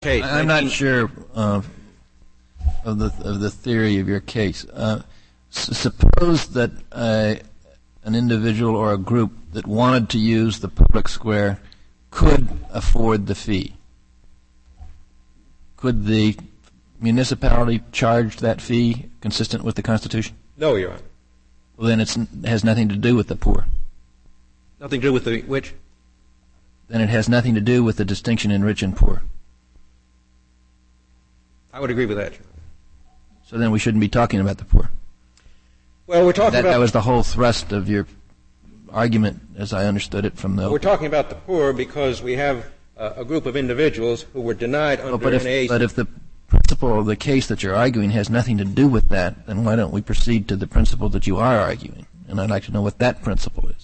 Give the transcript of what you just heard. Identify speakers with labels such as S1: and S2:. S1: page.
S2: I- I'm not sure uh, of the of the theory of your case. Uh, s- Suppose that uh, an individual or a group that wanted to use the public square could afford the fee. Could the municipality charge that fee consistent with the Constitution?
S1: No, Your Honor.
S2: Well, then it's, it has nothing to do with the poor.
S1: Nothing to do with the, which?
S2: Then it has nothing to do with the distinction in rich and poor.
S1: I would agree with that, Your Honor.
S2: So then we shouldn't be talking about the poor.
S1: Well, we're talking
S2: That,
S1: about.
S2: that was the whole thrust of your argument, as I understood it from the.
S1: We're talking about the poor because we have uh, a group of individuals who were denied
S2: Oh,
S1: under
S2: but,
S1: an age.
S2: if, but if the principle of the case that you're arguing has nothing to do with that, then why don't we proceed to the principle that you are arguing? And I'd like to know what that principle is.